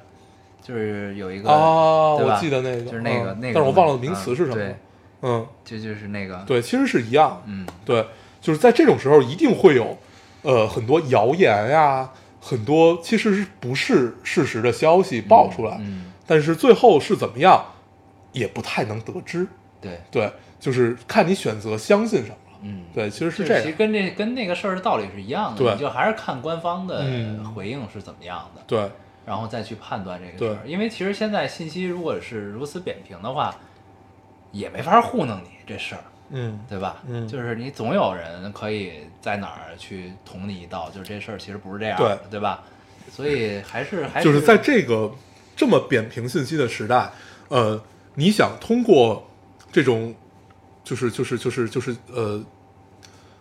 就是有一个啊，对吧我记得那个，就是那个嗯那个，但是我忘了名词是什么嗯了。嗯，对，就就是那个，，对，其实是一样。嗯，对，就是在这种时候一定会有，呃，很多谣言呀，很多其实是不是事实的消息爆出来，嗯，但是最后是怎么样，也不太能得知。对，对，就是看你选择相信什么了。嗯，对，其实就是这其实样。跟这跟那个事儿的道理是一样的，对你就还是看官方的嗯回应是怎么样的，对，然后再去判断这个事儿。因为其实现在信息如果是如此扁平的话，也没法糊弄你这事儿，嗯，对吧？嗯就是你总有人可以在哪儿去捅你一刀，就是这事儿其实不是这样对的，对吧？所以还是还就是在这个这么扁平信息的时代，呃，你想通过这种，就是就是就是就是呃，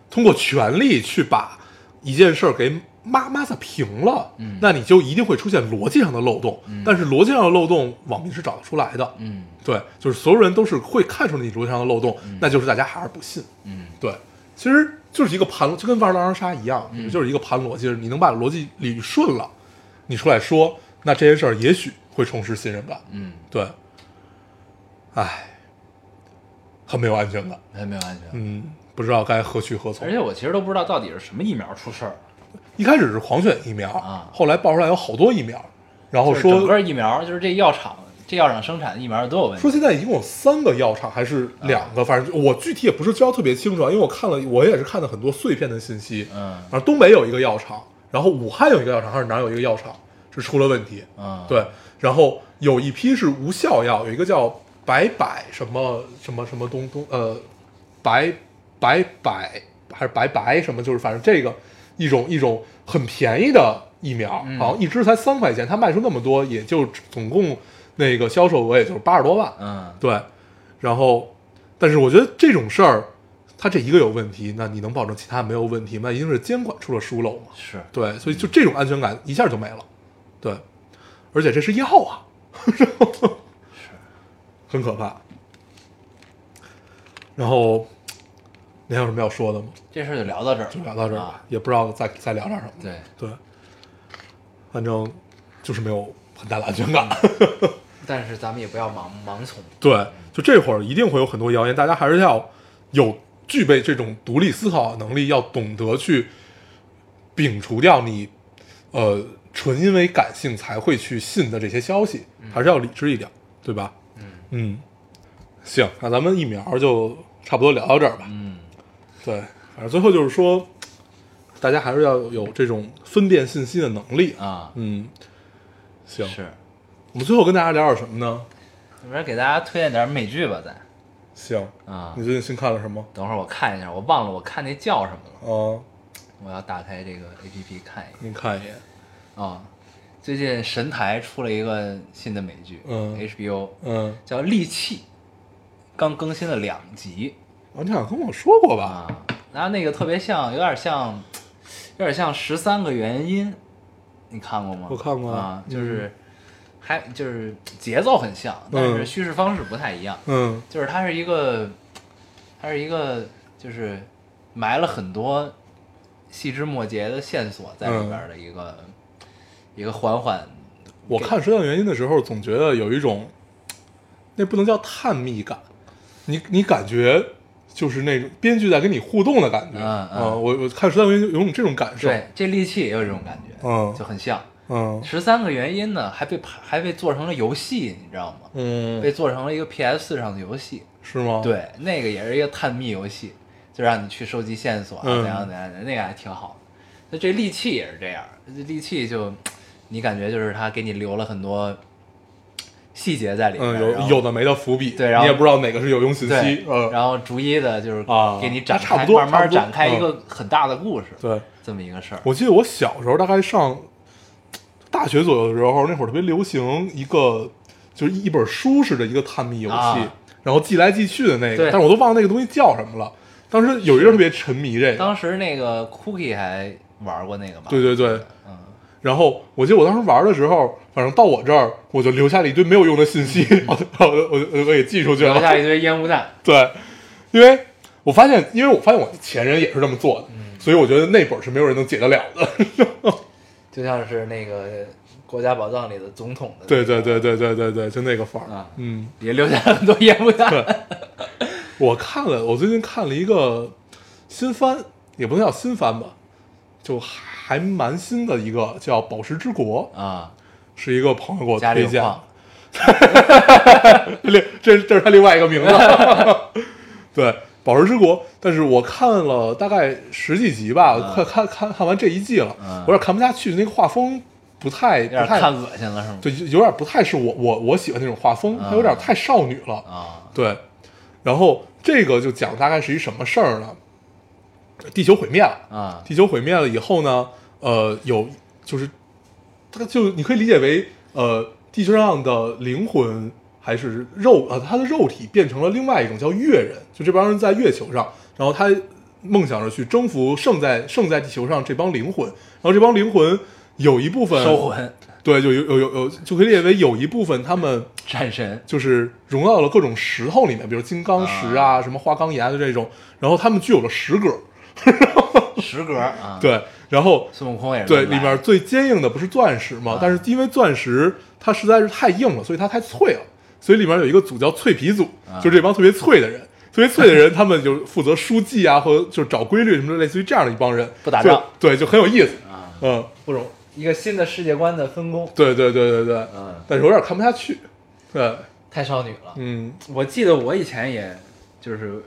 通过权力去把一件事儿给抹抹撒平了，嗯那你就一定会出现逻辑上的漏洞。嗯但是逻辑上的漏洞，网民是找得出来的。嗯对，就是所有人都是会看出你逻辑上的漏洞，那就是大家还是不信。嗯对，其实就是一个盘，就跟玩狼人杀一样，嗯就是一个盘逻辑，就是你能把逻辑捋顺了，你出来说，那这件事儿也许会重拾信任感。嗯，对，唉，很没有安全感。还没有安全。嗯，不知道该何去何而从。且我其实都不知道到底是什么疫苗出事儿，一开始是狂犬疫苗，啊后来爆出来有好多疫苗，然后就是整哦说个疫苗就是这药厂这药厂生产的疫苗都有问说题。现在已经有三个药厂还是两个，反正我具体也不是知道特别清楚，啊，因为我看了，我也是看了很多碎片的信息。嗯反正东北有一个药厂，然后武汉有一个药厂，还是哪儿有一个药厂是出了问题。嗯，，对，然后有一批是无效药，有一个叫白百什么什么什么东东呃，白白百还是白白什么，就是反正这个一种一种很便宜的疫苗，嗯好像一支才三块钱，它卖出那么多，也就总共那个销售额也就是八十多万。嗯对，然后，但是我觉得这种事儿，它这一个有问题，那你能保证其他没有问题吗？那一定是监管出了疏漏嘛。是，对，所以就这种安全感一下就没了。对，而且这是药啊，很可怕。然后，你还有什么要说的吗？这事儿就聊到这儿，就聊到这儿吧啊，也不知道再再聊点什么。对，对，反正就是没有很大的安全感。但是咱们也不要盲盲从。对，就这会儿一定会有很多谣言，大家还是要有具备这种独立思考的能力，要懂得去摒除掉你呃纯因为感性才会去信的这些消息，嗯还是要理智一点，对吧？嗯行，那咱们疫苗就差不多聊到这儿吧。嗯，对，反正最后就是说，大家还是要有这种分辨信息的能力。啊，嗯，行，是，我们最后跟大家聊点什么呢？要不然给大家推荐点美剧吧，咱行，啊你。最近新看了什么？等会儿我看一下，我忘了我看那叫什么了，啊，我要打开这个 A P P 看一眼您看一眼。啊。最近神台出了一个新的美剧，嗯，H B O 嗯，叫《利器》，刚更新了两集，啊，你好像跟我说过啊，吧？然后那个特别像，有点像，有点像《十三个原因》，你看过吗？我看过啊，嗯就是、还就是节奏很像，但是叙事方式不太一样。嗯就是它是一个，它是一个，就是埋了很多细枝末节的线索在嗯里边儿的一个、一个缓缓。我看《十项原因》的时候，总觉得有一种，那不能叫探秘感，你你感觉就是那种编剧在跟你互动的感觉。嗯嗯啊我我看《十项原因》有种这种感受。对，这利器也有这种感觉，嗯就很像。嗯十三个原因呢，还被拍还被做成了游戏，你知道吗？被嗯，做成了一个 PS 四上的游戏。是吗？，对，那个也是一个探秘游戏，就让你去收集线索啊，嗯怎样怎样，那个还挺好的。那这利器也是这样，这利器就你感觉就是它给你留了很多细节在里面，嗯，然有后有的没的伏笔，对然后你也不知道哪个是有用信对息。，嗯，然后逐一的就是啊给你展那开，差不多慢慢差不多嗯展开一个很大的故事，对，这么一个事儿。我记得我小时候大概上大学左右的时候，那会儿特别流行一个就是一本书似的一个探秘游戏，啊然后寄来寄去的那个，对但是我都忘了那个东西叫什么了。当时有一个人特别沉迷这个，当时那个 Cookie 还玩过那个吧？对对对，嗯，然后我记得我当时玩的时候，反正到我这儿我就留下了一堆没有用的信 息，然后我就我就我就给寄出去了，留 下一堆烟雾弹。对，因为我发现，因为我发现我前人也是这么做的，嗯所以我觉得那本是没有人能解得了的。就像是那个国家宝藏里的总统的，对对对对对对对，就那个范儿。啊嗯，也留下很多烟雾弹。对。我看了，我最近看了一个新番，也不能叫新番吧，就还蛮新的一个叫《宝石之国啊，》，是一个朋友给我家里推有荐的。矿，另这这是他另外一个名字。 对，《宝石之国》，但是我看了大概十几集吧，快看看看完这一季了，嗯我有点看不下去，那个画风不太有不点太看，恶心了是吗？对，有点不太是我我我喜欢那种画嗯风，它有点太少女了。啊，对，然后这个就讲大概是一什么事儿呢？地球毁灭了，啊地球毁灭了以后呢，呃，有就是，它就你可以理解为，呃，地球上的灵魂还是肉，呃，他的肉体变成了另外一种叫月人，就这帮人在月球上，然后他梦想着去征服剩在剩在地球上这帮灵魂，然后这帮灵魂有一部分收，魂对，就有有有有就可以理解为有一部分他们战神就是融到了各种石头里面，比如金刚石啊、什么花岗岩的这种，然后他们具有了石格，石格啊，，对，然后孙悟空也是对这么里来面最坚硬的不是钻石啊嘛，但是因为钻石它实在是太硬了，所以它太脆了，所以里面有一个组叫脆皮组，啊就是这帮特别脆的人。特别脆的人，他们就负责书记啊，或者就是找规律什么的，类似于这样的一帮人，不打仗啊就，对，就很有意思嗯，不容一个新的世界观的分工，对对对对对，嗯但是有点看不下去，对，太少女了。嗯，我记得我以前也就是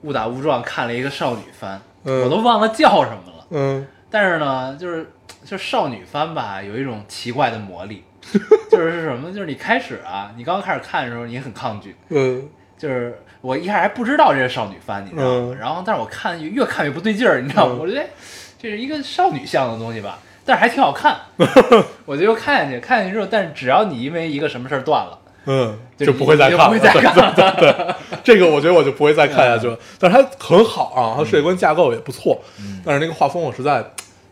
误打误撞看了一个少女番，嗯我都忘了叫什么了。嗯，但是呢，就是就少女番吧，有一种奇怪的魔 力，就是是什么？就是你开始啊，你刚开始看的时候你很抗拒，嗯，就是我一开始还不知道这是少女番，你知道吗？嗯然后但是我看越看越不对劲儿，你知道吗？嗯我觉得哎这是一个少女向的东西吧，但是还挺好 看，我就又看下去，看下去之后，但是只要你因为一个什么事儿断了，嗯，就就不会再就看不了，会再 对看了。嗯这个我觉得我就不会再看下去了。但是它很好啊，它世界观架构也不错，嗯但是那个画风我实在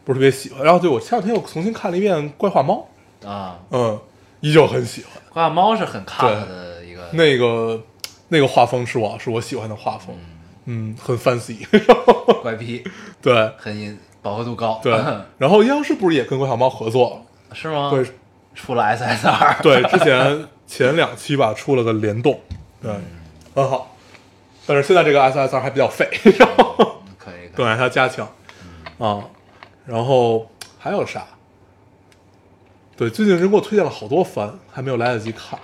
不是特别喜欢。然后对我前两天又重新看了一遍《怪画猫啊，》，嗯，依旧很喜欢。花样猫是很看了的一个，那个那个画风是我是我喜欢的画风，嗯，很 fancy， 怪癖对很引饱和度 高，对。嗯然后阴阳师不是也跟怪小猫合作是吗？了？对，出了 SSR，对，之前前两期吧出了个联动，对，嗯很好。但是现在这个 SSR 还比较废，然嗯后。可以可以对，它加强嗯啊。然后还有啥？对，最近人给我推荐了好多番，还没有来得及看。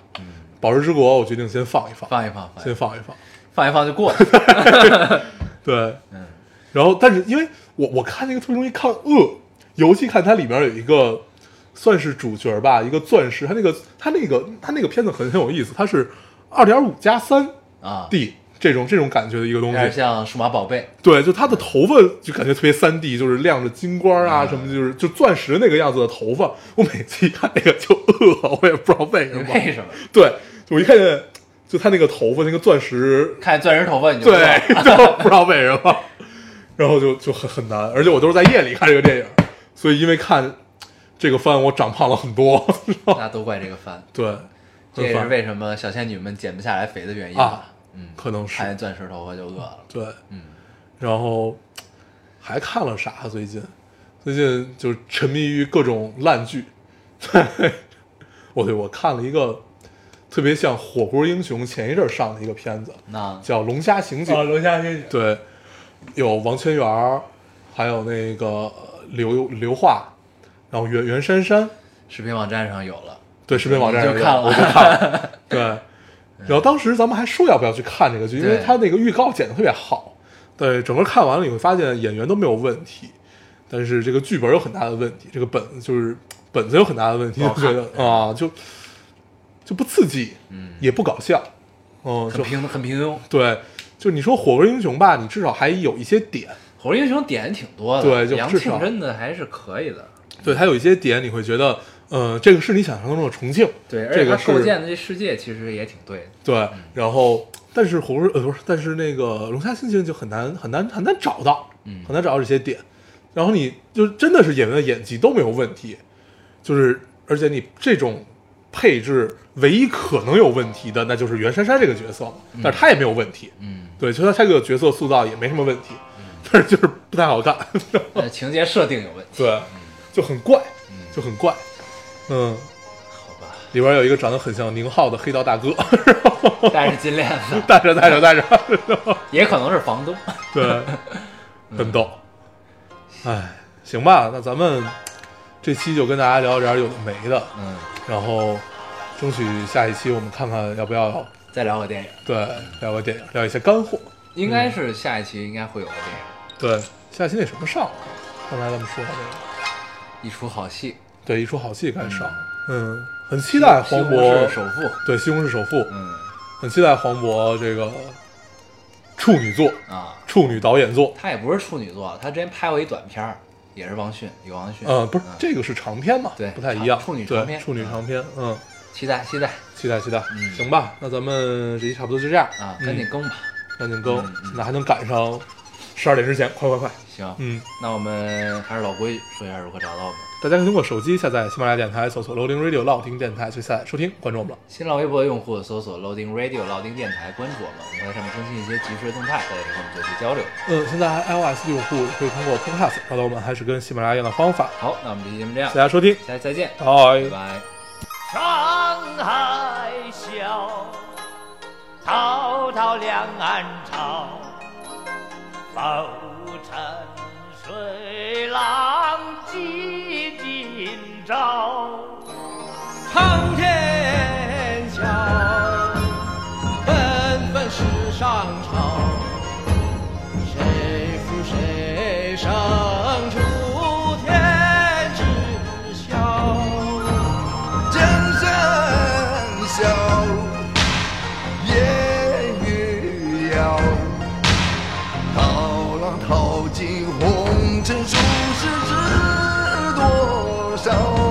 宝石之国》我决定先放一放，嗯放一放，放一先放放一放。放一放就过 了。对，嗯，然后但是因为我我看那个特别容易看饿，尤其看它里面有一个算是主角吧，一个钻石，它那个它那个它那个片子很很有意思，它是二点五加三啊， D 这种这种感觉的一个东有西，点像数码宝贝，对，就他的头发就感觉特别三 D，就是亮着金光啊嗯什么的，就是就钻石那个样子的头发。我每次一看那个就饿，我也不知道为什么。为什么？对，我一看见就他那个头发那个钻石，看钻石头发你就对知道，然后不知道为什么，然后就就很很难。而且我都是在夜里看这个电影，所以因为看这个番我长胖了很多。 那都怪这个番，对，这也很是烦为什么小仙女们减不下来肥的原因啊吧？嗯，可能是看见钻石头发就饿了。对，嗯，然后还看了啥？最近最近就沉迷于各种烂剧。 我对我看了一个特别像《火锅英雄》前一阵儿上的一个片子，那叫《龙虾刑警》。楼下这对，有王千源儿，还有那个呃刘刘桦，然后袁袁姗姗。视频网站上有了，对，视频网站你嗯就上有看了我就 看了。对，然后当时咱们还说要不要去看这个剧，因为对它那个预告剪得特别好。对，整个看完了你会发现演员都没有问题，但是这个剧本有很大的问题，这个本子就是本子有很大的问题，不好就看觉得啊，就就不刺激，嗯也不搞笑，嗯，很就平很平庸。对，就你说火锅英雄吧，你至少还有一些点，火力英雄点挺多的，对就杨至少庆真的还是可以的。对，它有一些点你会觉得，呃，这个是你想象中的重庆，对，而且这个他是构建的这世界其实也挺对 的。嗯对，然后但是火锅呃不是，但是那个龙虾心情就很难很难很难找到，嗯很难找到这些点。然后你就真的是演员的演技都没有问题，就是而且你这种配置唯一可能有问题的，那就是袁姗姗这个角色了，但是她也没有问题，嗯，对，其实她这个角色塑造也没什么问题，但是就是不太好看，呃情节设定有问题，对，就很怪，就很怪，嗯，好吧，啊里边有一个长得很像宁浩的黑道大哥， 戴着金链子， 带着带着带着，也可能是房东。对，嗯很逗。哎，行吧，那咱们这期就跟大家聊点有的没的，嗯，然后争取下一期我们看看要不要再聊个电影，对聊个电影，聊一些干货。应嗯该是下一期应该会有个电影，对，下期那什么上了？刚才咱们说的那个，一出好戏，对，一出好戏该上。嗯，很期待黄西红柿渤首富，对《西红柿首富》，嗯很期待黄渤这个处女作、啊，处女导演作。他也不是处女座，他之前拍过一短片儿，也是王迅，有王迅，嗯，不是，嗯这个是长篇嘛？对不太一样。长处女对长篇处女长篇。嗯，期待期待期待期待。嗯行吧，那咱们这期差不多就这样啊，嗯赶紧更吧，赶紧更嗯嗯，那还能赶上十二点之前，快快快！行，嗯，那我们还是老规矩，说一下如何找到我们。大家可以通过手机下载喜马拉雅电台，搜索 Loading Radio 老听电台去下载收听，关注我们了。新浪微博用户搜索 Loading Radio 老丁电台，关注我们，我们在上面更新一些即时动态，大家可以跟我们做一些交流。嗯，现在 iOS 用户也可以通过 Podcast 找到我们，还是跟喜马拉雅一样的方法。好，那我们这期节目这样大，家收听，下期再见，拜拜拜。长海啸，滔滔两岸潮，浮沉水浪几今朝。苍天笑，纷纷世上潮，谁负谁胜出天知晓。江山笑，烟雨遥。涛浪淘尽红尘俗世知多少？